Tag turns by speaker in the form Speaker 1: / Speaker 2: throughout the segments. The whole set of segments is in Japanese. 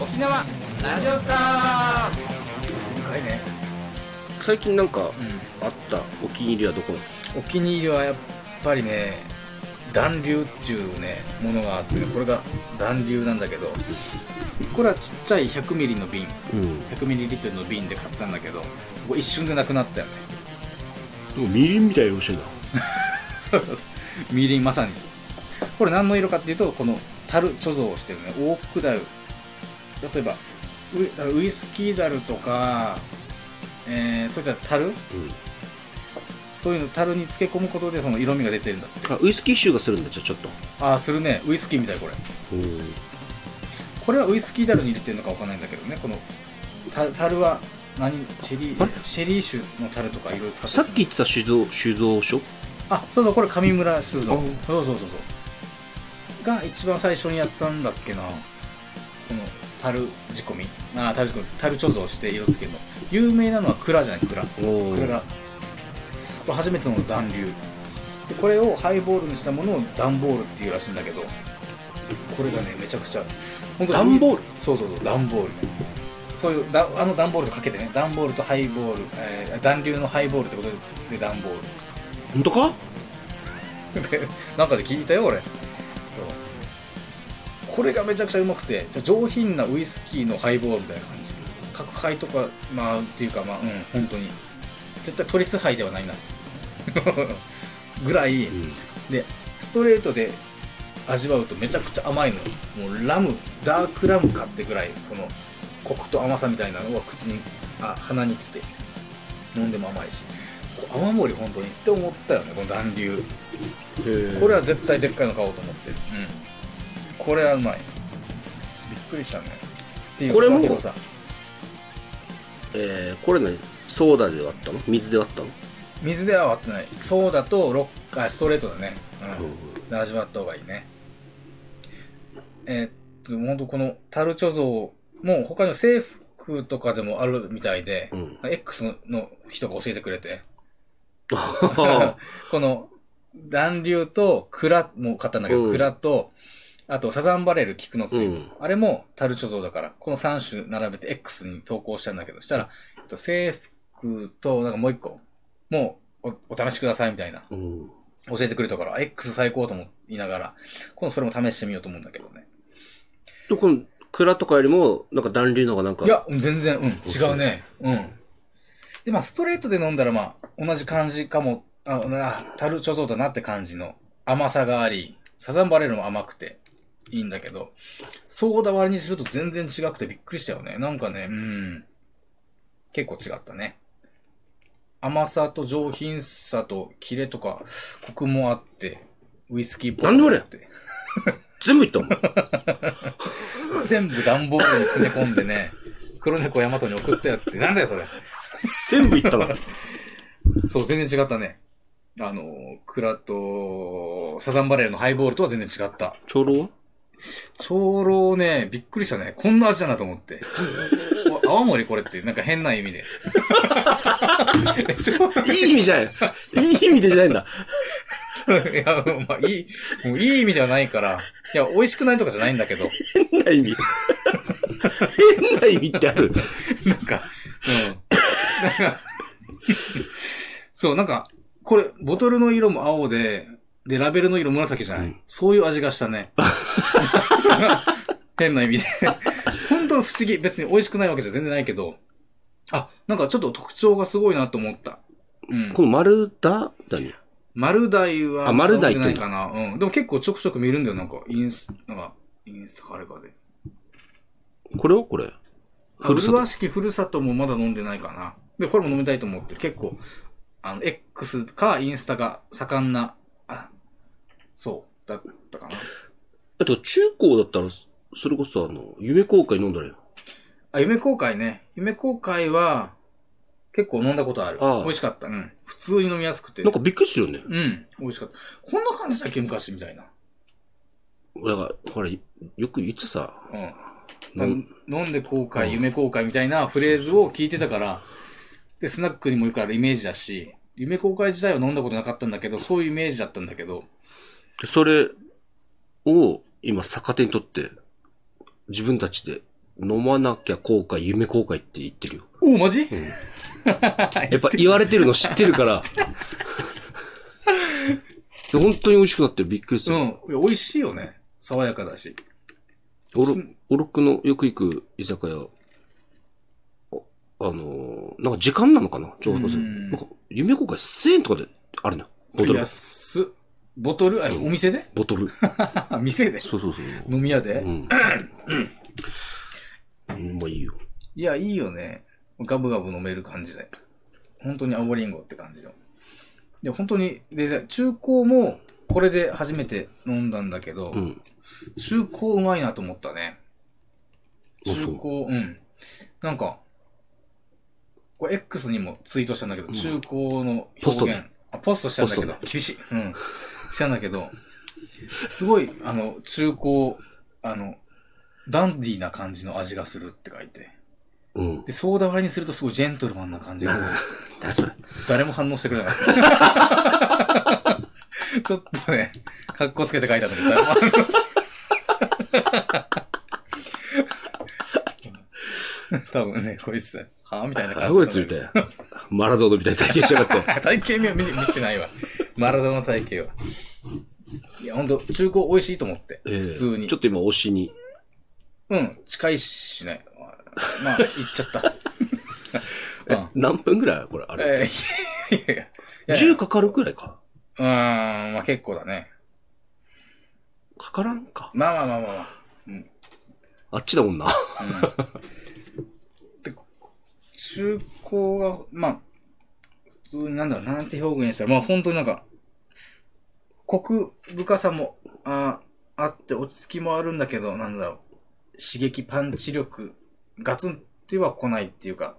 Speaker 1: 沖縄ラジオスター深いね、
Speaker 2: 最近なんかあったお気に入りはどこ
Speaker 1: うん、お気に入りはやっぱりね暖流っちゅうねものがあってねこれが暖流なんだけどこれはちっちゃい100ミリの瓶
Speaker 2: うん
Speaker 1: 100ミリリットルの瓶で買ったんだけどそこ一瞬でなくなったよね
Speaker 2: もうみりんみたいに美味しいな
Speaker 1: そうそうそうみりんまさにこれ何の色かっていうとこの樽貯蔵をしてるねオークダル例えばウイだからウイスキーダルとか、えー、そういった樽そういうの樽に漬け込むことでその色味が出てるんだって
Speaker 2: あウイスキー臭がするんだじゃあちょっと
Speaker 1: ああするねウイスキーみたいこれ
Speaker 2: うん
Speaker 1: これはウイスキー樽に入れてるのかわかんないんだけどねこのた樽は何チェリ
Speaker 2: あれ
Speaker 1: ーチェリー酒の樽とかいろいろ使って
Speaker 2: さ
Speaker 1: る
Speaker 2: っき言ってた酒造酒造所
Speaker 1: あそうそうこれ上村酒造
Speaker 2: うん
Speaker 1: そうそうそうそうが一番最初にやったんだっけなこの樽仕込みあー樽仕込み樽貯蔵して色付けるの有名なのは蔵じゃない蔵
Speaker 2: おお
Speaker 1: 蔵これ初めての暖流でこれをハイボールにしたものを段ボールっていうらしいんだけどこれがねめちゃくちゃ本当
Speaker 2: 段ボール
Speaker 1: そうそうそう段ボールねそういうだあの段ボールとかけてね段ボールとハイボール、えー、暖流のハイボールってことで段ボール
Speaker 2: 本当か
Speaker 1: なんかで聞いたよ俺そうこれがめちゃくちゃうまくてじゃあ上品なウイスキーのハイボールみたいな感じ角杯とかまあっていうかまあうん本当に絶対トリス杯ではないな ぐらい
Speaker 2: うん
Speaker 1: でストレートで味わうとめちゃくちゃ甘いのもうラムダークラムかってぐらいそのコクと甘さみたいなのが口にあ鼻に来て飲んでも甘いしこう泡盛本当にって思ったよねこの暖流これは絶対でっかいの買おうと思ってる、うん、これはうまいびっくりしたねっていう
Speaker 2: これも
Speaker 1: だけどさ
Speaker 2: えー、これねソーダで割ったの水で割ったの
Speaker 1: 水では割ってないソーダとロッカーストレートだね、うんで味わった方がいいねえーっとほんとこの樽貯蔵も他の制服とかでもあるみたいで、
Speaker 2: うん
Speaker 1: X の人が教えてくれて
Speaker 2: あ
Speaker 1: この暖流と蔵も買ったんだけど、
Speaker 2: うん
Speaker 1: 蔵とあとサザンバレル菊の
Speaker 2: ーう
Speaker 1: 露、
Speaker 2: ん
Speaker 1: あれも樽貯蔵だから、この3種並べて X に投稿したんだけど、したら、えっと制服と、なんかもう一個、もうおお試しくださいみたいな、
Speaker 2: うん
Speaker 1: 教えてくれたから、X 最高と思いながら、今度それも試してみようと思うんだけどね。
Speaker 2: でこの蔵とかよりもなんか暖流の方がなんか
Speaker 1: いや、うん全然、うん、違
Speaker 2: そう
Speaker 1: うね。うん。で、まあ、ストレートで飲んだら、まあ、同じ感じかも、あ、あ樽貯蔵だなって感じの甘さがあり、サザンバレルも甘くていいんだけど、ソーダ割りにすると全然違くてびっくりしたよね。なんかね、うん。結構違ったね。甘さと上品さとキレとか、コクもあって、ウイスキーっぽく
Speaker 2: なんで俺
Speaker 1: って。
Speaker 2: 全部いったもん
Speaker 1: 全部段ボールに詰め込んでね、黒猫ヤマトに送ったよって。なんだよ、それ。
Speaker 2: 全部い ったな
Speaker 1: そう、全然違ったね。あの、蔵と、サザンバレーのハイボールとは全然違った。
Speaker 2: 長老は
Speaker 1: 長老ね、びっくりしたね。こんな味だなと思って。 お泡盛これって、なんか変な意味で。 えちょ
Speaker 2: いい意味じゃないいい意味でじゃないんだ
Speaker 1: いや、まあ、いい、もういい意味ではないから。いや、美味しくないとかじゃないんだけど。
Speaker 2: 変な意味変な意味ってある
Speaker 1: なんか、うん。なんかそう、なんか、これ、ボトルの色も青で、で、ラベルの色紫じゃない、
Speaker 2: うん
Speaker 1: そういう味がしたね。 変な意味で。本当不思議。別に美味しくないわけじゃ全然ないけど。あ、なんかちょっと特徴がすごいなと思った。うん。
Speaker 2: この丸だだね
Speaker 1: 丸大は、
Speaker 2: あ丸大っ
Speaker 1: 飲
Speaker 2: て
Speaker 1: んでないかな。うん。でも結構ちょくちょく見るんだよ。なんか、インス、なんか、インスタかあれかで。
Speaker 2: これをこれ
Speaker 1: ふ
Speaker 2: ふ
Speaker 1: る
Speaker 2: る
Speaker 1: さと。
Speaker 2: さと
Speaker 1: 麗しきふるさともまだ飲んでないかな。で、これも飲みたいと思ってる。結構、あの、X かインスタが盛んな、あ、そう、だったかな。
Speaker 2: あと中高だったらそそれこそあの夢公開飲んだらいいよ
Speaker 1: あ、夢公開ね。夢公開は、結構飲んだことある。
Speaker 2: ああ
Speaker 1: 美味しかった。うん。普通に飲みやすくて。
Speaker 2: なんかびっくりするよね
Speaker 1: うん。美味しかった。こんな感じだっけ昔みたいな。
Speaker 2: だからほらよく言ってさ
Speaker 1: うん。
Speaker 2: 飲む
Speaker 1: 飲んで後
Speaker 2: う
Speaker 1: 悔、
Speaker 2: ん
Speaker 1: 夢後悔みたいなフレーズを聞いてたから、で、スナックにもよくあるイメージだし、夢後悔自体は飲んだことなかったんだけど、そういうイメージだったんだけど、
Speaker 2: それを今逆手にとって自分たちで飲まなきゃ後悔、夢後悔って言ってるよ。
Speaker 1: おお、マジ、
Speaker 2: やっぱ言われてるの知ってるから。で本当に美味しくなってる。びっくりす
Speaker 1: う
Speaker 2: る。
Speaker 1: ん。いや美味しいよね。爽やかだし。
Speaker 2: おろ、おろくのよく行く居酒屋、ああのーなんか時間なのかなちょうど
Speaker 1: うん
Speaker 2: なんか、夢公開1000円とかであるのよボトル。
Speaker 1: 安っボトル、あ、お店で
Speaker 2: ボトル。
Speaker 1: 店で
Speaker 2: そうそうそう。
Speaker 1: 飲み屋で、
Speaker 2: うん。うん、まあいいよ。
Speaker 1: いや、いいよね。ガブガブ飲める感じで。本当に青リンゴって感じの。いや、本当に、で、中高もこれで初めて飲んだんだけど、
Speaker 2: うん。
Speaker 1: 中高うまいなと思ったね。
Speaker 2: あ
Speaker 1: 中高、うん。なんか、これ X にもツイートしたんだけど、
Speaker 2: ん
Speaker 1: 中高の表現。
Speaker 2: ポストね
Speaker 1: あ、ポストしたんだけど、
Speaker 2: ポ
Speaker 1: 厳しい。うん。したんだけど、すごい、あの、中高、あの、ダンディーな感じの味がするって書いて。
Speaker 2: うん。
Speaker 1: で、ソーダ割りにするとすごいジェントルマンな感じがする。
Speaker 2: 何それ。
Speaker 1: 誰も反応してくれなか った。ちょっとね、格好つけて書いたんだけど、誰も反応して。多分ね、こいつ、はぁみたいな感じ。
Speaker 2: 何こいつみたいな。マラドーナみたいな体験しやがって。
Speaker 1: な。体型見は見見してないわ。マラドーナ体型は。いや、ほんと、中古美味しいと思って。
Speaker 2: ええ
Speaker 1: 普通に
Speaker 2: ちょ。っと今推しに。
Speaker 1: うん、近いしね。まあ、行っちゃ った。うん
Speaker 2: 何分ぐらいこれ、あれ。
Speaker 1: えーいやいやいや。
Speaker 2: 10かかるくらいか。
Speaker 1: うーん、まあ結構だね。
Speaker 2: かからんか。
Speaker 1: まあまあまあまあまあ。
Speaker 2: あっちだもんな。
Speaker 1: で中高が、まあ、普通になんだろう、なんて表現したら、まあ本当になんか、コク深さもああって落ち着きもあるんだけど、なんだろう、刺激パンチ力、ガツンっては来ないっていうか、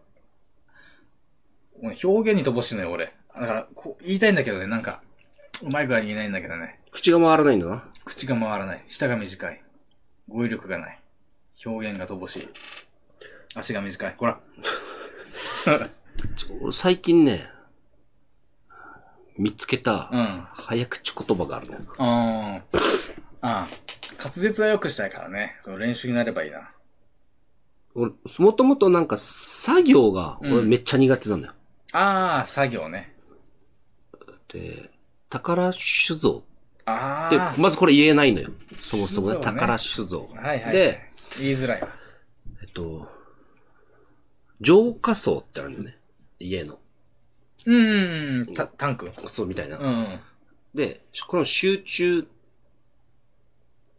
Speaker 1: 表現に乏しいのよ、俺。だから、こう言いたいんだけどね、なんか、うまい具合に言えないんだけどね。
Speaker 2: 口が回らないんだな。
Speaker 1: 口が回らない。舌が短い。語彙力がない。表現が乏しい。足が短い。ほら。
Speaker 2: ちょ俺最近ね、見つけた
Speaker 1: うん。、あ
Speaker 2: 早口言葉があるのよ。
Speaker 1: ーあー。滑舌は良くしたいからね。その練習になればいいな。
Speaker 2: 俺、もともとなんか作業が、
Speaker 1: うん
Speaker 2: 俺めっちゃ苦手なんだよ。
Speaker 1: ああ、作業ね。
Speaker 2: で、宝酒造
Speaker 1: あ
Speaker 2: って
Speaker 1: あ、。
Speaker 2: まずこれ言えないのよ。そもそもね、
Speaker 1: 酒造ね
Speaker 2: 宝酒造。
Speaker 1: はいはい。
Speaker 2: で、、
Speaker 1: 言いづらいわ。
Speaker 2: えっと、浄化層ってあるんだよね。家の。
Speaker 1: うーん、た、タンク。
Speaker 2: そう、みたいな。
Speaker 1: うん。
Speaker 2: で、この集中、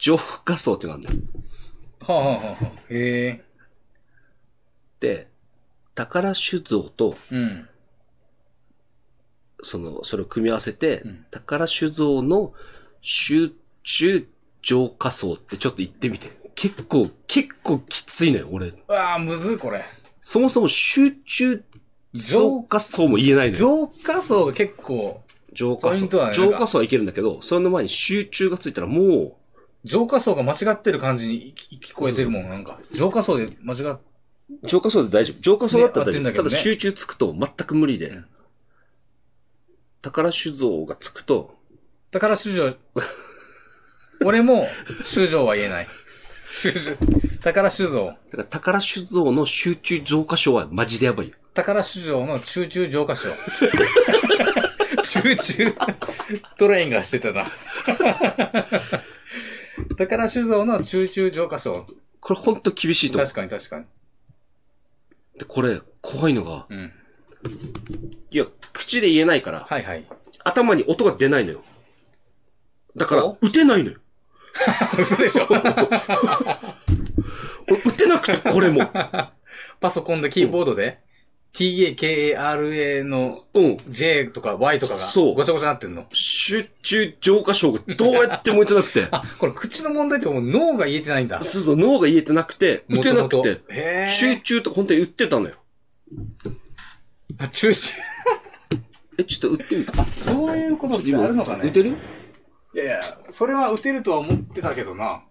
Speaker 2: 浄化層ってのがあるんだよ。
Speaker 1: ほうほうほうほう。へえ。
Speaker 2: で、宝酒造と、
Speaker 1: うん。
Speaker 2: その、それを組み合わせて、
Speaker 1: うん
Speaker 2: 宝酒造の集中浄化層ってちょっと言ってみて。結構、結構きついのよ、俺。
Speaker 1: うわあ、むずいこれ。
Speaker 2: そもそも集中浄化層も言えないの
Speaker 1: 浄
Speaker 2: よ。
Speaker 1: 化層が結構、
Speaker 2: 浄化
Speaker 1: ポイ
Speaker 2: 層
Speaker 1: ントは。ね
Speaker 2: 浄化層はいけるんだけど、その前に集中がついたらも
Speaker 1: 浄化層が間違ってる感じに聞聞こえてるもん、なんか。浄化層で間違っ
Speaker 2: う、浄化層で大丈夫。浄化層だったら
Speaker 1: ね
Speaker 2: 大
Speaker 1: 合っ
Speaker 2: 丈夫。
Speaker 1: てんだけ
Speaker 2: た
Speaker 1: ど
Speaker 2: だ
Speaker 1: ね
Speaker 2: 集中つくと全く無理で。
Speaker 1: ん
Speaker 2: 宝酒造がつくと、
Speaker 1: だから主女、俺も主女は言えない。主女、宝酒造、
Speaker 2: だから宝酒造の集中浄化層はマジでやばいよ。
Speaker 1: 宝酒造の中中浄化賞。中中トレインがしてたな。宝酒造の中中浄化賞。
Speaker 2: これほんと厳しいと思う
Speaker 1: 確かに確かに。
Speaker 2: で、これ、怖いのが、
Speaker 1: うん。
Speaker 2: いや、口で言えないから、
Speaker 1: はい はい。
Speaker 2: 頭に音が出ないのよ。だから
Speaker 1: お、
Speaker 2: 打てないの よ。
Speaker 1: 嘘でしょ。
Speaker 2: 俺、打てなくて、これも。
Speaker 1: パソコンでキーボードで、TAKARA の
Speaker 2: うん。
Speaker 1: J とか Y とかが
Speaker 2: そう
Speaker 1: ごちゃごちゃなってんの。、
Speaker 2: 集中浄化症がどうやっても言えてなくて
Speaker 1: あ、これ口の問題ってもう脳が言えてないんだ。
Speaker 2: そうそう、脳が言えてなくて、打てなく
Speaker 1: 元
Speaker 2: て
Speaker 1: 々、へー
Speaker 2: 集中とか本当に打ってたのよ。
Speaker 1: あ、中止。
Speaker 2: え、ちょっと打ってみて。
Speaker 1: そういうことってあるのかね
Speaker 2: 打てる
Speaker 1: いやいや、それは打てるとは思ってたけどな。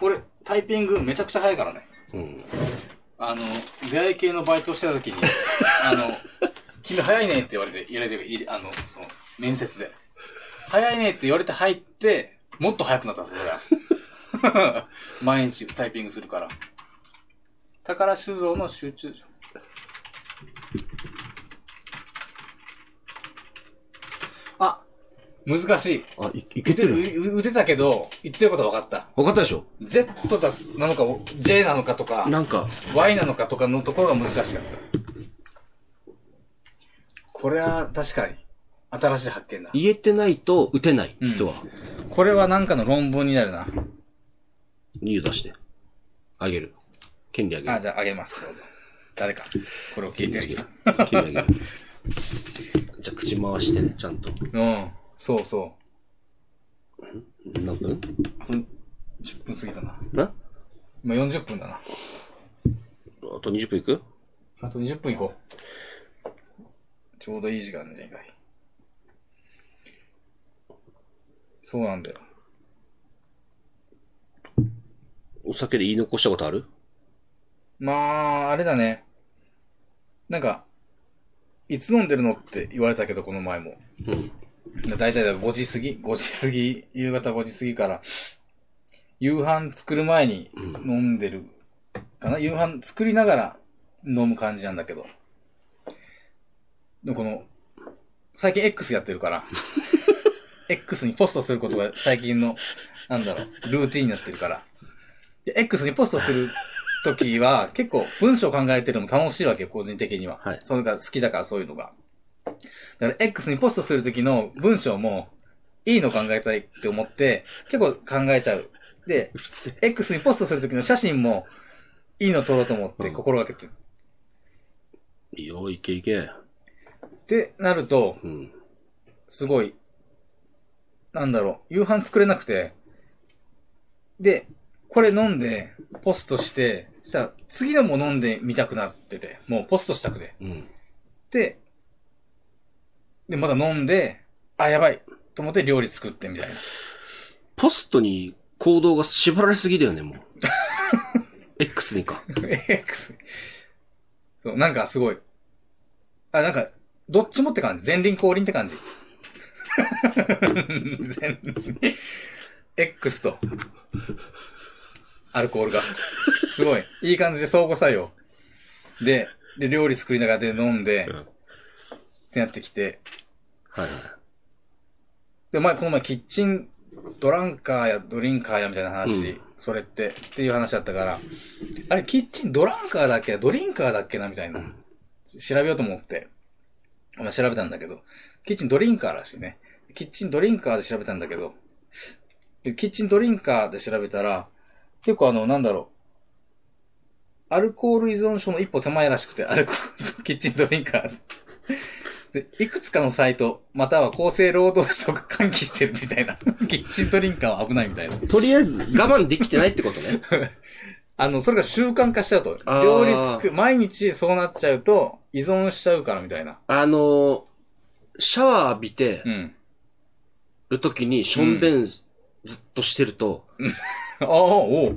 Speaker 1: 俺、タイピングめちゃくちゃ早いからね。
Speaker 2: うん。
Speaker 1: あの、出会い系のバイトしてた時に、 あの、君早いねって言われて、言われて、いあの、その、面接で。早いねって言われて入って、もっと早くなったんですよ、 毎日タイピングするから。宝酒造の集中。あ、難しい。
Speaker 2: あ、い、いけてる
Speaker 1: うう打てたけど、言ってること分かった。
Speaker 2: わかったでしょ
Speaker 1: Z だなのか、J なのかとか、
Speaker 2: なんか、
Speaker 1: Y なのかとかのところが難しかった。これは確かに、新しい発見だ。
Speaker 2: 言えてないと打てない人は、
Speaker 1: これはなんかの論文になるな。
Speaker 2: 理由出して。あげる。権利あげ
Speaker 1: あ、
Speaker 2: る。
Speaker 1: じゃああげます。どうぞ。誰か。 これを聞いてる人。
Speaker 2: 権利あげる。じゃあ口回してね、ちゃんと。
Speaker 1: うん。そうそ
Speaker 2: 何分
Speaker 1: う。それ10分過ぎたな。
Speaker 2: なあ
Speaker 1: 今40分だな。
Speaker 2: と20分いく
Speaker 1: あと20分いこう。ちょうどいい時間じゃんかい。そうなんだよ。
Speaker 2: お酒で言い残したことある
Speaker 1: まあ、あれだね。なんか、いつ飲んでるのって言われたけど、この前も。
Speaker 2: うん。
Speaker 1: だいたい5時過ぎ ?5 時過ぎ、夕方5時過ぎから、夕飯作る前に飲んでるかな、夕飯作りながら飲む感じなんだけど。でもこの、最近 X やってる から、X にポストすることが最近の、なんだろう、ルーティンになってるから。で、X にポストする時 は、結構文章を考えてるのも楽しいわけよ、個人的には。
Speaker 2: はい
Speaker 1: それが好きだから、そういうのが。だから X にポストする時の文章も、いいの考えたいって思って、結構考えちゃう。で、
Speaker 2: うるせ
Speaker 1: X にポストする時の写真も、いいの撮ろうと思って
Speaker 2: うん
Speaker 1: 心がけて。
Speaker 2: え。いいよ、いけいけ。
Speaker 1: ってなると、
Speaker 2: うん。
Speaker 1: すごい、なんだろう、夕飯作れなくて、で、これ飲んで、ポストして、そしたら、次のも飲んでみたくなってて、もうポストしたくて。
Speaker 2: うん。
Speaker 1: で、で、まだ飲んで、あ、やばい、と思って料理作ってみたいな。
Speaker 2: ポストに行動が縛られすぎだよ ね、もう。X にか。
Speaker 1: X。そう、なんかすごい。あ、なんか、どっちもって感じ。前輪後輪って感じ。 前 X と、アルコールが。すごい。いい感じで相互作用。で、で、料理作りながらで飲んで、
Speaker 2: うん
Speaker 1: ってなってきて、
Speaker 2: はいはい。
Speaker 1: で、前、この前、キッチン、ドランカーやドリンカーやみたいな話、
Speaker 2: うん
Speaker 1: それって、っていう話だったから、あれ、キッチン、ドランカーだっけドリンカーだっけなみたいな。調べようと思って、まあ、調べたんだけど、キッチン、ドリンカーらしいね。キッチン、ドリンカーで調べたんだけど、でキッチン、ドリンカーで調べたら、結構あの、なんだろう、アルコール依存症の一歩手前らしくて、アルコールとキッチン、ドリンカーで、いくつかのサイト、または厚生労働省が喚起してるみたいな。キッチンドリンカーは危ないみたいな。
Speaker 2: とりあえず、我慢できてないってことね。
Speaker 1: あの、それが習慣化しちゃうと。
Speaker 2: あー
Speaker 1: 料理作る、毎日そうなっちゃうと依存しちゃうからみたいな。
Speaker 2: あのー、シャワー浴びて
Speaker 1: うん。
Speaker 2: るときに、しょんべんずっとしてると、
Speaker 1: ああ、おう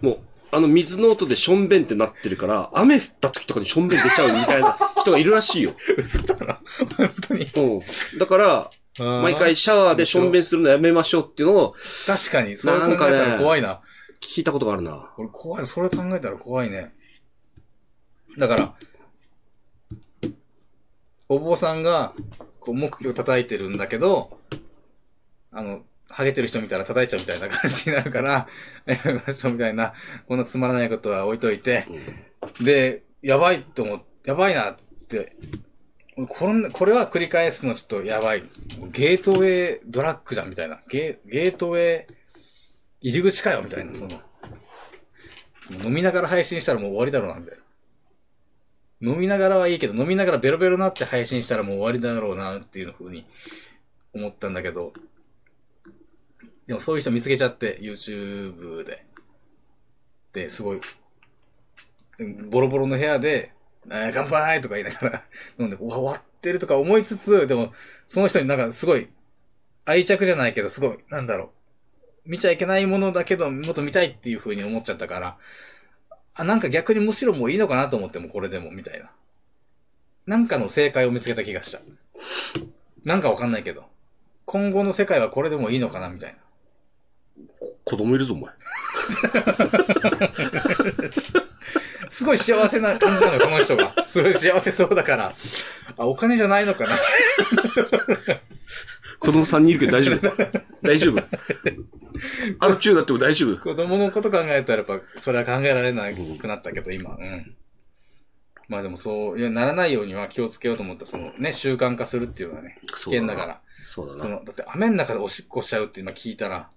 Speaker 2: もう、あの水の音でしょんべんってなってるから、雨降った時とかにしょんべん出ちゃうみ たいな人がいるらしいよ。
Speaker 1: 嘘だろ。本当に。
Speaker 2: うん。だから、毎
Speaker 1: あー。
Speaker 2: 回シャワーでしょんべんするのやめましょうっていうのを
Speaker 1: 確かに、それ考えた
Speaker 2: なんか
Speaker 1: ら
Speaker 2: ね
Speaker 1: 怖いな。
Speaker 2: 聞いたことがあるな。
Speaker 1: 俺怖い、それ考えたら怖いね。だから、お坊さんが、こう、木魚叩いてるんだけど、あの、ハゲてる人見たら叩いちゃうみたいな感じになるから、やめましょうみたいな、こんなつまらないことは置いといて、で、やばいと思っ、やばいなって、俺これ、これは繰り返すのちょっとやばい。ゲートウェイドラッグじゃんみたいな。ゲーゲートウェイ入り口かよみたいな、その。飲みながら配信したらもう終わりだろうな、みたいな。飲みながらはいいけど、飲みながらベロベロなって配信したらもう終わりだろうな、っていうふうに思ったんだけど。でもそういう人見つけちゃって、YouTube で。で、すごい、ボロボロの部屋で、えー乾杯とか言いながら飲んで、うわ、終わってるとか思いつつ、でも、その人になんかすごい、愛着じゃないけど、すごい、なんだろう。見ちゃいけないものだけど、もっと見たいっていう風に思っちゃったから、あ、なんか逆にむしろもういいのかなと思っても、これでも、みたいな。なんかの正解を見つけた気がした。なんかわかんないけど。今後の世界はこれでもいいのかな、みたいな。
Speaker 2: こ子供いるぞ、お前。
Speaker 1: すごい幸せな感じなの、この人 が。すごい幸せそうだから。あ、お金じゃないのかな。
Speaker 2: 子供3人いるけど大丈 夫。大丈夫。あの中になっても大丈夫。
Speaker 1: 子供のこと考えたらやっぱ、それは考えられなくなったけど、今。うん。まあでもそう、いや、ならないようには気をつけようと思った。そのね、習慣化するっていうのはね、危
Speaker 2: そうだ
Speaker 1: 険
Speaker 2: な
Speaker 1: だから。
Speaker 2: そうだ
Speaker 1: そ
Speaker 2: な。
Speaker 1: の、だって雨の中でおしっこしちゃうって今聞いたら、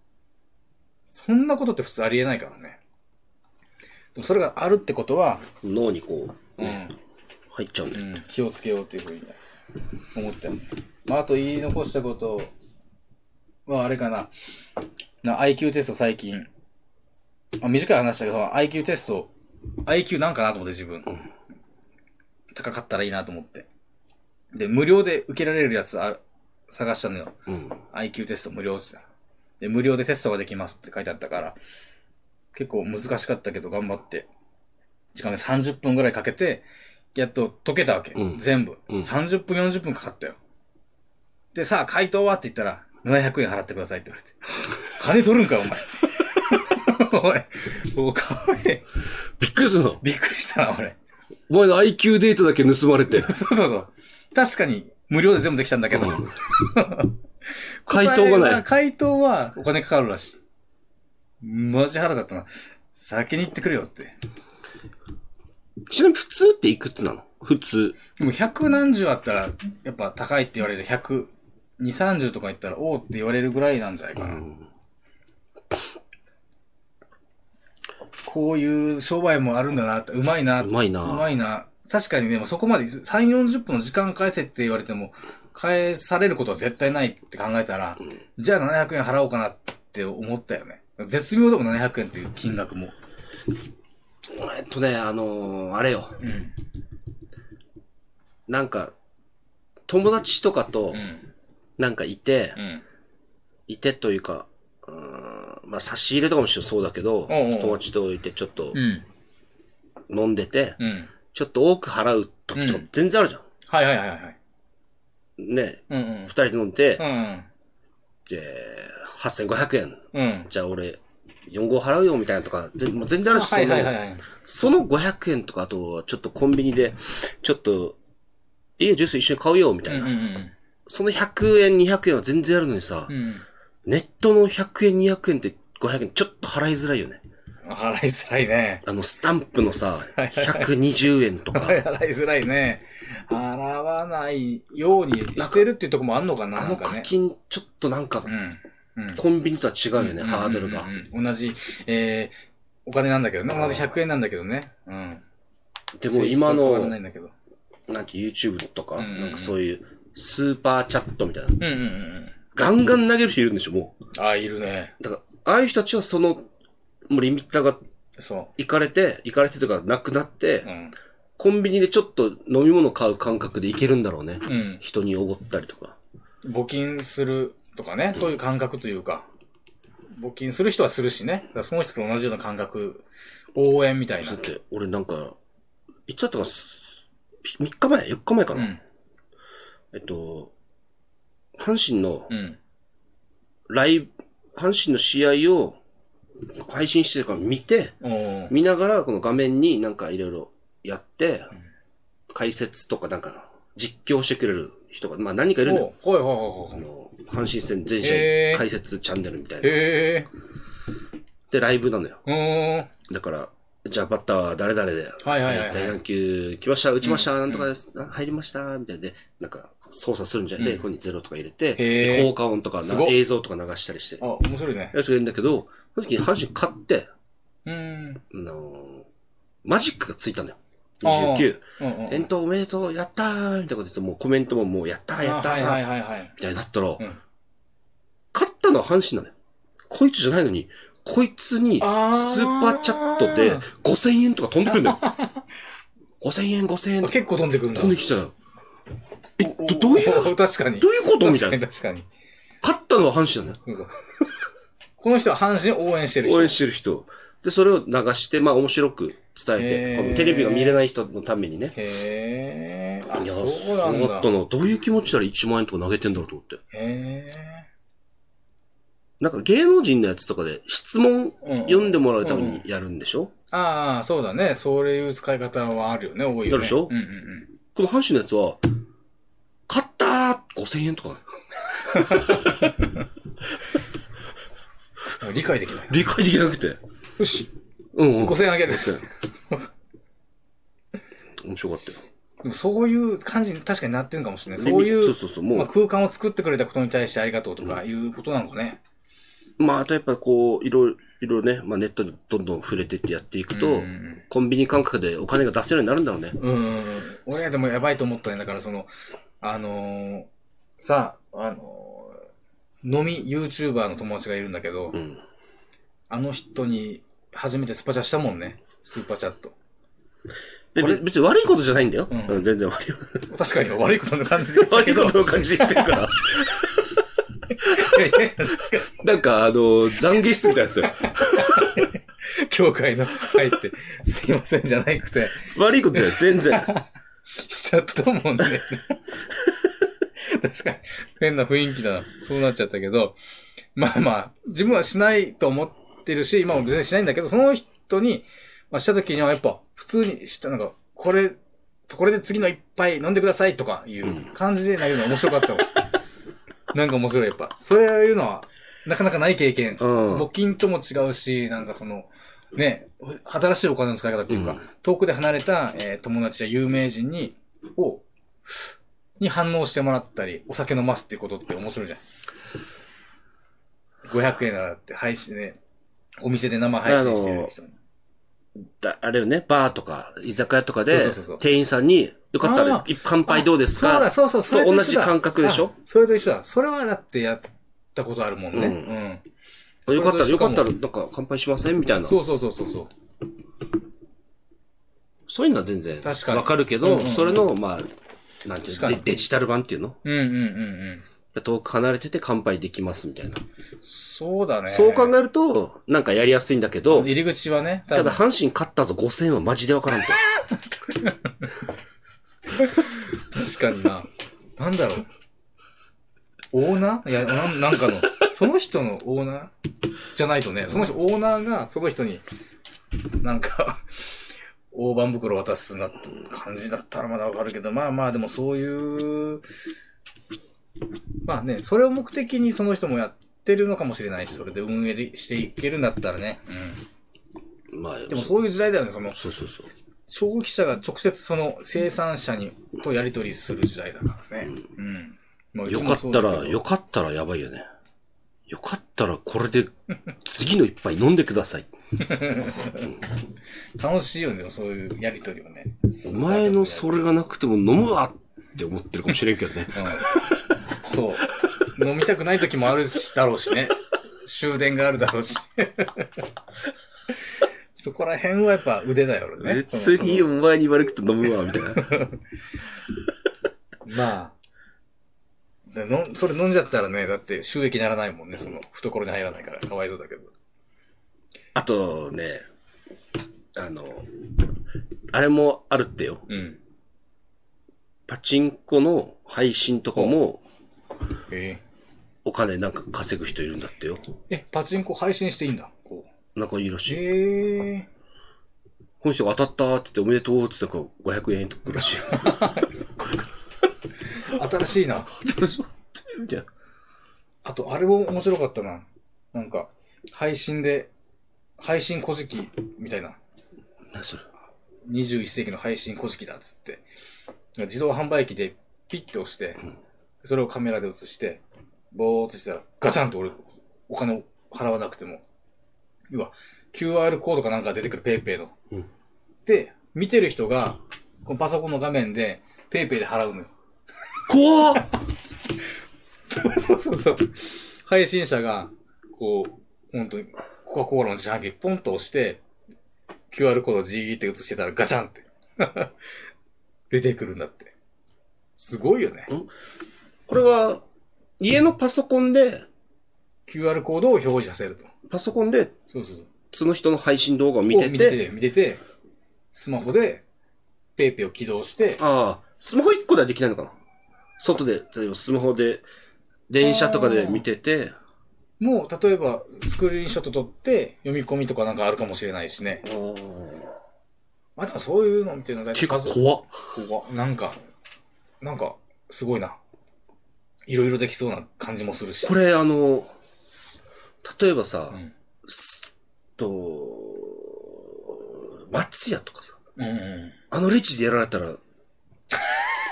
Speaker 1: そんなことって普通ありえないからね。でもそれがあるってことは、
Speaker 2: 脳にこう、
Speaker 1: うん、
Speaker 2: 入っちゃうんだ
Speaker 1: う
Speaker 2: よ。
Speaker 1: ん、気をつけようっていうふうに思ったよね。まあ、あと言い残したことは、あれかな。な、IQ テスト最近。まあ、短い話だけど、IQ テスト、IQ なんかなと思って自分。高かったらいいなと思って。で、無料で受けられるやつあ探したのよ。
Speaker 2: うん。
Speaker 1: IQ テスト無料っすよで、無料でテストができますって書いてあったから、結構難しかったけど頑張って、時間で30分ぐらいかけて、やっと解けたわけ。
Speaker 2: うん
Speaker 1: 全部、
Speaker 2: うん
Speaker 1: 30分、40分かかったよ。で、さあ、回答はって言ったら、700円払ってくださいって言われて。金取るんか、 お前。おい、おかわいい。
Speaker 2: びっくりするの。
Speaker 1: びっくりしたな、俺。
Speaker 2: お前の IQ データだけ盗ま れて、
Speaker 1: そうそうそう。確かに、無料で全部できたんだけど。
Speaker 2: 回答
Speaker 1: 答
Speaker 2: が
Speaker 1: え
Speaker 2: ない。
Speaker 1: 回答はお金かかるらしい。マジ腹だったな。先に行ってくれよって。
Speaker 2: ちなみに普通っていくつなの普通。
Speaker 1: でも百何十あったら、やっぱ高いって言われる百、二三十とか言ったら、おうって言われるぐらいなんじゃないかな。こういう商売もあるんだなって、うまいな。
Speaker 2: うまいな
Speaker 1: うまいな。確かにでもそこまで3、40分の時間返せって言われても、返されることは絶対ないって考えたら、じゃあ700円払おうかなって思ったよね。絶妙でも700円っていう金額も。
Speaker 2: えっとね、あのーあれよ。
Speaker 1: うん。
Speaker 2: なんか、友達とかと
Speaker 1: う、ん。
Speaker 2: なんかいて
Speaker 1: う、ん。
Speaker 2: いてというか、うーんまあ差し入れとかもしろそうだけど、
Speaker 1: おうおう
Speaker 2: 友達といてちょっと
Speaker 1: うん。
Speaker 2: 飲んでて、
Speaker 1: うん。
Speaker 2: ちょっと多く払う時と
Speaker 1: う
Speaker 2: か
Speaker 1: ん
Speaker 2: 全然あるじゃん。
Speaker 1: はいはいはいはい。
Speaker 2: ね、
Speaker 1: うんうん
Speaker 2: 二。人で飲んで、
Speaker 1: うん。
Speaker 2: で、8500円。
Speaker 1: うん。
Speaker 2: じゃあ俺、4号払うよみたいなとか、ぜもう全然あるし、
Speaker 1: はいはい
Speaker 2: そ
Speaker 1: は
Speaker 2: の
Speaker 1: いはい。
Speaker 2: その500円とか、あとはちょっとコンビニで、ちょっと、いいジュース一緒に買うよみた
Speaker 1: うん
Speaker 2: いな。
Speaker 1: うん
Speaker 2: その100円、200円は全然あるのにさ、
Speaker 1: うん。うん。
Speaker 2: ネットの100円、200円って500円ちょっと払いづらいよね。
Speaker 1: 払いづらいね。
Speaker 2: あの、スタンプのさ、
Speaker 1: はいはいはい
Speaker 2: 120円とか、
Speaker 1: 払いづらいね。払わないようにしてるっていうとこもあんのかな
Speaker 2: あ
Speaker 1: なん
Speaker 2: の
Speaker 1: か
Speaker 2: 課
Speaker 1: ね。
Speaker 2: 金、ちょっとなんか
Speaker 1: う、ん。うん。
Speaker 2: コンビニとは違うよね、ハードルが
Speaker 1: うん。うんうん同じ、えー、お金なんだけどね。同じ100円なんだけどね。うん。
Speaker 2: でも今
Speaker 1: 性質は変わら
Speaker 2: の、
Speaker 1: な
Speaker 2: ないん
Speaker 1: んだけど。
Speaker 2: て YouTube とか、
Speaker 1: うんうんうん
Speaker 2: なんかそういう、スーパーチャットみたいな。
Speaker 1: うんうんうん
Speaker 2: ガンガン投げる人いるんでしょ、も
Speaker 1: うん。ああ、いるね。
Speaker 2: う。だから、ああいう人たちはその、もうリミッターが
Speaker 1: そ
Speaker 2: 行かれて、行かれてというかなくなって、
Speaker 1: う。うん。
Speaker 2: コンビニでちょっと飲み物買う感覚でいけるんだろうね。
Speaker 1: うん。
Speaker 2: 人におごったりとか。
Speaker 1: 募金するとかね。そういう感覚というか。募金する人はするしね。だからその人と同じような感覚。応援みたいな
Speaker 2: だっ。て、俺なんか、いつだったか、す3日前 ?4 日前か
Speaker 1: う
Speaker 2: な、
Speaker 1: ん。
Speaker 2: えっと、阪神の
Speaker 1: うん。
Speaker 2: ライブ、阪神の試合を配信してるから見て、
Speaker 1: おー
Speaker 2: 見ながらこの画面になんかいろいろやって、解説とかなんか実況してくれる人が、まあ何かいるんだよ。
Speaker 1: おはいはいはいは
Speaker 2: あ
Speaker 1: い。
Speaker 2: の、阪神戦全
Speaker 1: へ
Speaker 2: 試
Speaker 1: ー
Speaker 2: 合解説チャンネルみたいな。
Speaker 1: へえ。
Speaker 2: で、ライブなのよ。
Speaker 1: うーん。
Speaker 2: だから、じゃあバッターは誰々で、
Speaker 1: はいはいはいはい
Speaker 2: 第何球来ました、打ちました、なんとかです、あ入りました、みたいで、なんか操作するんじゃない、
Speaker 1: うん
Speaker 2: で、ここにゼロとか入れて、
Speaker 1: へー
Speaker 2: で効果音とかな
Speaker 1: すごっ
Speaker 2: 映像とか流したりして、
Speaker 1: あ、
Speaker 2: や
Speaker 1: 面白いね。
Speaker 2: つがいるんだけど、その時に阪神勝って、
Speaker 1: うん。
Speaker 2: あのーマジックがついたのよ。
Speaker 1: あー
Speaker 2: 29。
Speaker 1: うんうん。
Speaker 2: 点灯おめでとう、やったーみたいなこと言って、もうコメントももう、やったー、やった
Speaker 1: あはいはい
Speaker 2: ー、
Speaker 1: はいはい。
Speaker 2: みたいになったら、
Speaker 1: ん
Speaker 2: 勝ったのは阪神なのよ。こいつじゃないのに、こいつに、ス
Speaker 1: あー
Speaker 2: ーパーチャットで5000円とか飛んでくるん だよ。5000円、5000円
Speaker 1: あ結構飛んでくるんだ
Speaker 2: 飛ん。できたよ。え、ど、どういう、
Speaker 1: お 確かに。
Speaker 2: どういうことみた
Speaker 1: 確か
Speaker 2: いな
Speaker 1: に。確かに。
Speaker 2: 勝ったのは阪神なのよ。
Speaker 1: そうかこの人は阪神を応援してる人。
Speaker 2: 応援してる人。で、それを流して、まあ面白く伝
Speaker 1: へー
Speaker 2: えて、このテレビが見れない人のためにね。
Speaker 1: へえ。あ、
Speaker 2: いや、
Speaker 1: そ
Speaker 2: す
Speaker 1: うなん
Speaker 2: ご
Speaker 1: だ。
Speaker 2: かったな。どういう気持ちなら1万円とか投げてんだろうと思って。なんか芸能人のやつとかで質問
Speaker 1: うん
Speaker 2: 読んでもらうため
Speaker 1: うんう
Speaker 2: に
Speaker 1: ん
Speaker 2: やるんでしょ、
Speaker 1: ああ、そうだね。そういう使い方はあるよね、多いよね。
Speaker 2: やるでしょ
Speaker 1: うんうんうん。
Speaker 2: この阪神のやつは、買ったー !5000 円とかね、
Speaker 1: 理解できない。
Speaker 2: 理解できなくて。
Speaker 1: よし、
Speaker 2: うんうん。
Speaker 1: 5000円あげる。
Speaker 2: 面白かったよ。
Speaker 1: でもそういう感じに確かになってるかもしれない。そうい
Speaker 2: そうう、そうそう。もう、
Speaker 1: まあ、空間を作ってくれたことに対してありがとうとかいうことなのかね。
Speaker 2: まあ、あとやっぱこう、いろいろね、まあネットでどんどん触れてってやっていくと、
Speaker 1: うん
Speaker 2: コンビニ感覚でお金が出せるようになるんだろうね。
Speaker 1: うんうん。俺はでもやばいと思ったんだから、その、あのーさ、あのー飲み YouTuber の友達がいるんだけど、
Speaker 2: うん。
Speaker 1: あの人に初めてスパチャしたもんね。スーパーチャット。
Speaker 2: で
Speaker 1: これ
Speaker 2: 別に悪いことじゃないんだよ。
Speaker 1: うん
Speaker 2: うん、全然悪い。
Speaker 1: 確かに悪いことの感じです
Speaker 2: 悪
Speaker 1: け
Speaker 2: い
Speaker 1: ど。
Speaker 2: こと を感じてる から。
Speaker 1: いやいや確か
Speaker 2: なんか、あの、懺悔室みたいですよ。
Speaker 1: に 教会の入って、すいませんじゃなくて、
Speaker 2: 悪いことじゃない、全然。
Speaker 1: しちゃったもんね。確かに、変な雰囲気だな。そうなっちゃったけど、まあまあ、自分はしないと思ってるし、今も別にしないんだけど、その人に、まあした時にはやっぱ、普通にした、なんか、これ、これで次の一杯飲んでくださいとかいう感じで投げるの面白かったわ。なんか面白い、やっぱ。そういうのは、なかなかない経験。
Speaker 2: うん
Speaker 1: 募金とも違うし、なんかその、ね、新しいお金の使い方っていうか、
Speaker 2: うん
Speaker 1: 遠くで離れた、えー友達や有名人に、を、に反応してもらったり、お酒飲ますっていうことって面白いじゃん。500円ならって配信ね、お店で生配信してる人に。
Speaker 2: だあれよね、バーとか、居酒屋とかで、
Speaker 1: そうそうそうそう
Speaker 2: 店員さんに、よかったら
Speaker 1: あ、
Speaker 2: 一乾杯どうです
Speaker 1: そう
Speaker 2: か
Speaker 1: だ、そうそう、それ一緒だ
Speaker 2: と同じ感覚でしょ
Speaker 1: あそれと一緒だ。それはだってやったことあるもんね。
Speaker 2: う
Speaker 1: うんん。
Speaker 2: よかったら、
Speaker 1: それ
Speaker 2: よ
Speaker 1: と一緒
Speaker 2: かっ
Speaker 1: も
Speaker 2: たら、なんか乾杯しませんみたいな。
Speaker 1: そうそうそうそうそう。
Speaker 2: そういうのは全然、
Speaker 1: 確かに
Speaker 2: わかるけ
Speaker 1: うん
Speaker 2: ど
Speaker 1: う、ん
Speaker 2: それの、まあ、なんていう
Speaker 1: 確
Speaker 2: の
Speaker 1: か
Speaker 2: デ
Speaker 1: に
Speaker 2: デジタル版っていうの
Speaker 1: うんうんうんうん。
Speaker 2: 遠く離れてて乾杯できますみたいな。
Speaker 1: そうだね。
Speaker 2: そう考えると、なんかやりやすいんだけど、
Speaker 1: 入り口はね、
Speaker 2: た
Speaker 1: 多
Speaker 2: だ
Speaker 1: 分
Speaker 2: 阪神勝ったぞ5000はマジでわからんと。
Speaker 1: 確かにな。なんだろう。オーナーいやなん、なんかの、その人のオーナーじゃないとね、その人、オーナーがその人に、なんか、大盤袋渡すなって感じだったらまだわかるけど、まあまあでもそういう、まあね、それを目的にその人もやってるのかもしれないし、それで運営でしていけるんだったらね。うん。
Speaker 2: まあ、
Speaker 1: でもそういう時代だよね、その、
Speaker 2: そうそうそう。
Speaker 1: 消費者が直接その生産者にとやり取りする時代だからね。うん。まあ
Speaker 2: よかったら、、
Speaker 1: うちもそうだけど
Speaker 2: よかったらやばいよね。よかったらこれで、次の一杯飲んでくだ さい。
Speaker 1: 楽しいよね、でもそういうやり取りをね。
Speaker 2: お前のそれがなくても飲むわって思ってるかもしれんけどね。
Speaker 1: うんそう。飲みたくない時もあるし、だろうしね。終電があるだろうし。 そこら辺はやっぱ腕だよ ね。
Speaker 2: 別に
Speaker 1: そ
Speaker 2: お前に言われくて飲むわ、みたいな。
Speaker 1: のそのまあ。でのそれ飲んじゃったらね、だって収益ならないもんね、その懐に入らないから、かわいそうだけど。
Speaker 2: あとね、あの、あれもあるってよ。
Speaker 1: うん。
Speaker 2: パチンコの配信とかも
Speaker 1: え
Speaker 2: お金なんか稼ぐ人いるんだってよ。
Speaker 1: ーえ、パチンコ配信していいんだ。こう
Speaker 2: なんかいいらしい。
Speaker 1: ええ
Speaker 2: この人が当たったって言っておめでとうって言ったら500円とか来るら しいよ。
Speaker 1: 新しいな。
Speaker 2: みたいな
Speaker 1: あと、あれも面白かったな。なんか、配信で、配信古事記みたいな。
Speaker 2: 何それ
Speaker 1: 21世紀の配信古事記だっつって。自動販売機でピッて押して、それをカメラで映して、ぼーっとしたらガチャンと俺、お金を払わなくても。要は、QR コードかなんか出てくるペイペイの。
Speaker 2: うん
Speaker 1: で、見てる人が、このパソコンの画面で、ペイペイで払うのよ。
Speaker 2: 怖っ
Speaker 1: そうそうそう。配信者が、こう、本当に、コカ・コーラの自販機ポンと押して、QR コードをジーって映してたらガチャンって。 出てくるんだって。すごいよね。
Speaker 2: これは、家のパソコンで、
Speaker 1: QR コードを表示させると。
Speaker 2: パソコンで、
Speaker 1: そうそうそう。
Speaker 2: その人の配信動画を見て
Speaker 1: を
Speaker 2: て、
Speaker 1: 見てて、見てて、スマホで、ペイペイを起動して、
Speaker 2: ああ、スマホ1個ではできないのかな外で、例えばスマホで、電車とかで見てて、
Speaker 1: もう、例えば、スクリーンショット撮って、読み込みとかなんかあるかもしれないしね。まあ、でもそういうのっていうのは大体
Speaker 2: 結構
Speaker 1: 数
Speaker 2: 怖っ。
Speaker 1: ここが、なんか、なんか、すごいな。いろいろできそうな感じもするし。
Speaker 2: これあの、例えばさ、
Speaker 1: うん。
Speaker 2: すっと、松屋とかさ、
Speaker 1: うんう
Speaker 2: あのレジでやられた ら、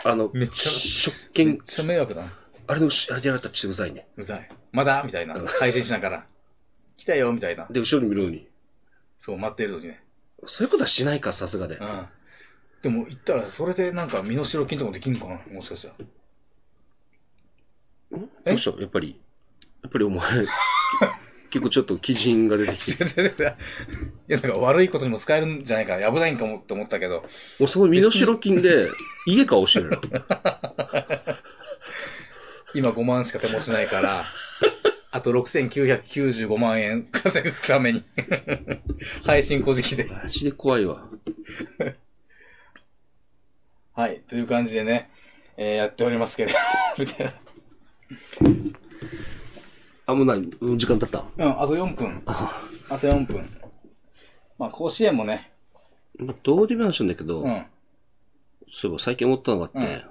Speaker 2: あの、
Speaker 1: めっちゃ
Speaker 2: 食
Speaker 1: ん。めっ
Speaker 2: 券、
Speaker 1: ちゃ迷惑だな。
Speaker 2: あれの、あれでやられたらちょっとうざいね。
Speaker 1: うざい。まだみたいな。配信しながら。来たよみたいな。
Speaker 2: で、後ろに見るのに。
Speaker 1: そう、待ってるのにね。
Speaker 2: そういうことはしないか、さすがで
Speaker 1: う。ん。でも、行ったら、それでなんか、身代金とかもできんのかなもしかしたら。
Speaker 2: どうしたやっぱり、やっぱりお前、結構ちょっと鬼人が出て きて。
Speaker 1: 違う違う違う。いや、なんか悪いことにも使えるんじゃないかな。危ないんかもって思ったけど。
Speaker 2: もうその身代金で、家か教える
Speaker 1: 今5万しか手持ちないから、あと6995万円稼ぐために、配信小じきで。
Speaker 2: マジで怖いわ。
Speaker 1: はい、という感じでね、えーやっておりますけど、 みたいな。
Speaker 2: あ、もう何うん時間経った
Speaker 1: うん、あと4分。あと4分。まあ、甲子園もね、
Speaker 2: まあ、どうでもいい話なんだけど、
Speaker 1: うん。
Speaker 2: そういえば最近思ったのがあって、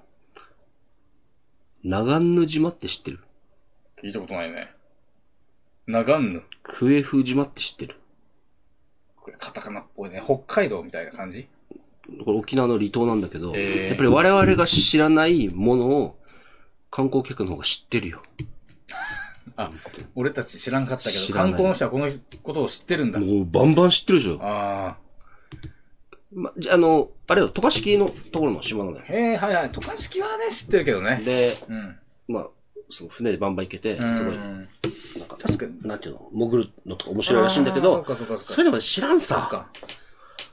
Speaker 2: 長野島って知ってる
Speaker 1: 聞いたことないね。長野。
Speaker 2: クエフ島って知ってる
Speaker 1: これカタカナっぽいね。北海道みたいな感じ
Speaker 2: これ沖縄の離島なんだけど、
Speaker 1: へー
Speaker 2: やっぱり我々が知らないものを観光客の方が知ってるよ。
Speaker 1: あ、俺たち知らんかったけ
Speaker 2: 知
Speaker 1: ど、
Speaker 2: らない
Speaker 1: 観光の人はこのことを知ってるんだ。
Speaker 2: もうバンバン知ってるでしょ。
Speaker 1: ああ。
Speaker 2: ま、じゃあの、あれよ、渡嘉敷のところの島なのよ。
Speaker 1: へえ、はいはい。渡嘉敷はね、知ってるけどね。
Speaker 2: で、
Speaker 1: うん。
Speaker 2: まあ、その船でバンバン行けて、
Speaker 1: うん
Speaker 2: すごい、なんか、
Speaker 1: 確かに。
Speaker 2: なんていうの、潜るのとか面白いらしいんだけど、
Speaker 1: あーそうかそうかそう
Speaker 2: そう
Speaker 1: か。
Speaker 2: いうのが知らん
Speaker 1: そっ
Speaker 2: さ。
Speaker 1: か。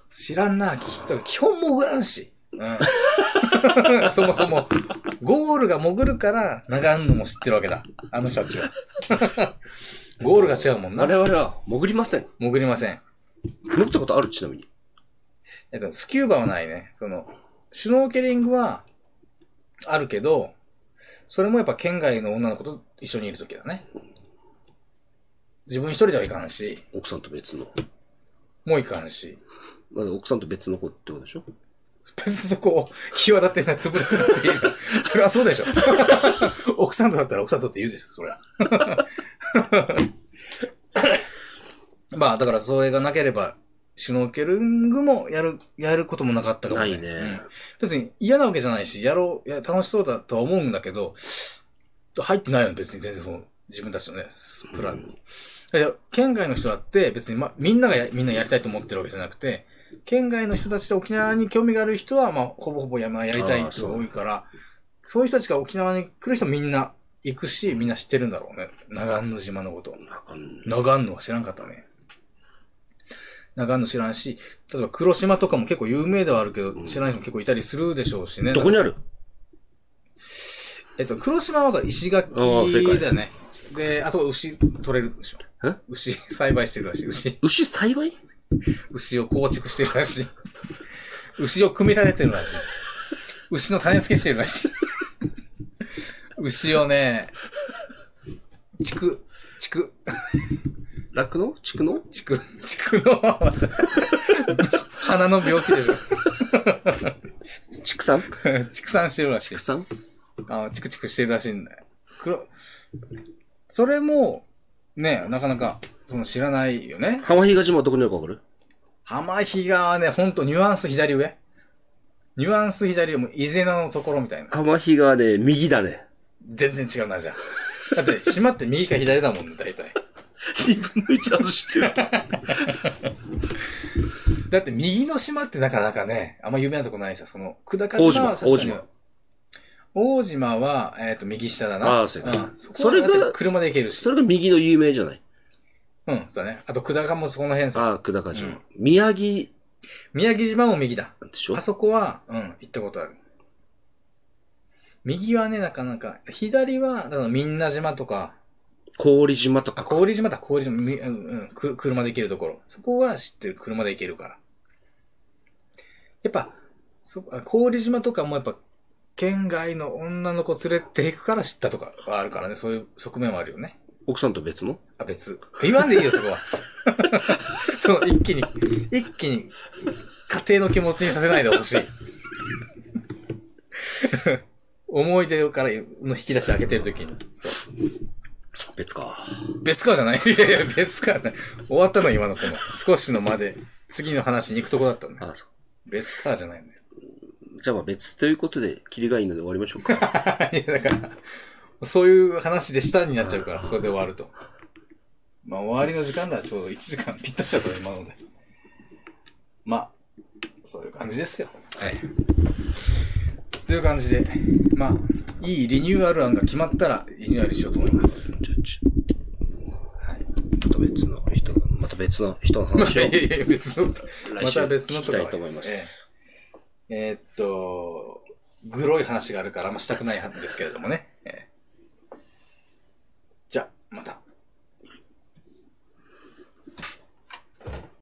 Speaker 1: 知らんな。聞くと基本潜らんし。うん。 そもそも。ゴールが潜るから、長んのも知ってるわけだ。あの人たちは。 ゴールが違うもんな
Speaker 2: 我。々は潜りません。
Speaker 1: 潜りません。
Speaker 2: 潜ったことあるちなみに。
Speaker 1: えっと、スキューバはないね。その、シュノーケリングは、あるけど、それもやっぱ県外の女の子と一緒にいるときだね。自分一人では行かんし、
Speaker 2: 奥さんと別の。
Speaker 1: もう行かんし。
Speaker 2: まだ奥さんと別の子ってことでしょ
Speaker 1: 別にそこ、際立ってない、つぶれてないっていいじ ゃん。それはそうでしょ。 奥さんとだったら奥さんとって言うでしょ、そりゃ。 まあ、だからそれがなければ、シュノーケリングもやる、やることもなかったかもね。
Speaker 2: ないね
Speaker 1: うん別に嫌なわけじゃないし、やろう、いや、楽しそうだとは思うんだけど、入ってないよね、別に全然その、自分たちのね、プランに。いや県外の人だって別に、ま、みんながやみんなやりたいと思ってるわけじゃなくて、県外の人たちで沖縄に興味がある人は、まあ、ほぼほぼ山やりたい人が多いから、そういう人たちが沖縄に来る人みんな行くし、みんな知ってるんだろうね。長野島のこと。
Speaker 2: なんかうん
Speaker 1: 長野は知らんかったね。長野知らんし、例えば黒島とかも結構有名ではあるけど、知らない人も結構いたりするでしょうしね。
Speaker 2: どこにある
Speaker 1: えっと、黒島は石垣
Speaker 2: あー正解
Speaker 1: だね。で、あそこ牛取れるでしょ。
Speaker 2: え
Speaker 1: 牛栽培してるらしい。牛、
Speaker 2: 牛栽培
Speaker 1: 牛を構築してるらしい。牛を組み立ててるらしい。牛の種付けしてるらしい。牛をね、畜、畜、
Speaker 2: 酪農畜農
Speaker 1: 畜、畜の、鼻の病気でしょ。
Speaker 2: 畜産
Speaker 1: 畜産してるらしい
Speaker 2: 畜。産
Speaker 1: あチクチクしてるらしいんだよ。黒、それも、ね、なかなか、その知らないよね。
Speaker 2: 浜比嘉島はどこにあるかわかる
Speaker 1: 浜比嘉はね、ほんとニュアンス左上。ニュアンス左上、もう伊勢名のところみたいな。
Speaker 2: 浜比嘉で右だね。
Speaker 1: 全然違うな、じゃあ。だって、島って右か左だもんね、大体。
Speaker 2: 2分の1外してる。
Speaker 1: だって、右の島ってなかなかね、あんま有名なとこないさ、その、久高島はさすがに
Speaker 2: 大島大島
Speaker 1: 大島は、えっ、と、右下だな。
Speaker 2: あーそうか
Speaker 1: んそ
Speaker 2: そ
Speaker 1: れ
Speaker 2: れが
Speaker 1: が、車で行けるし。
Speaker 2: それが右の有名じゃない
Speaker 1: うん、そうだね。あと、久高もそこの辺さ。
Speaker 2: ああ、久高島。
Speaker 1: うん
Speaker 2: 宮城
Speaker 1: 宮城島も右だ。
Speaker 2: なんでしょ
Speaker 1: あそこは、うん、行ったことある。右はね、なかなか、左は、だからみんな島とか、
Speaker 2: 氷島と
Speaker 1: あ、
Speaker 2: か。
Speaker 1: 氷島だ、氷島、みうん、うん、く車で行けるところ。そこは知ってる、車で行けるから。やっぱ、そ、あ氷島とかもやっぱ、県外の女の子連れて行くから知ったとかはあるからね、そういう側面はあるよね。
Speaker 2: 奥さんと別の
Speaker 1: あ、別。言わんでいいよ、そこは。 その、一気に、一気に、家庭の気持ちにさせないでほしい。 思い出からの引き出し開けてるときに。そう
Speaker 2: 別か。
Speaker 1: 別かじゃない いやいや、別かじゃない。終わったの、今のこの。少しの間で、次の話に行くとこだったのね。
Speaker 2: あそ
Speaker 1: 別かじゃないんだよ。
Speaker 2: う。じゃあまあ別ということで、キリがいいので終わりましょうか。
Speaker 1: いや、だから、そういう話でしたになっちゃうから、それで終わると。まあ、終わりの時間だ、ちょうど1時間ぴったしだったね、今ので。まあ、そういう感じですよ。
Speaker 2: はい。
Speaker 1: という感じで、まあ、いいリニューアル案が決まったら、リニューアルしようと思います。
Speaker 2: じゃあち
Speaker 1: はい。
Speaker 2: また別の人、また別の人の話を
Speaker 1: い やいやいや、別のと、
Speaker 2: 来
Speaker 1: ま
Speaker 2: 週
Speaker 1: た
Speaker 2: 聞
Speaker 1: 別の
Speaker 2: き
Speaker 1: と
Speaker 2: た
Speaker 1: かは。
Speaker 2: いと思います。
Speaker 1: えええーっと、グロい話があるから、あんましたくないんですけれどもね。ええじゃあ、また。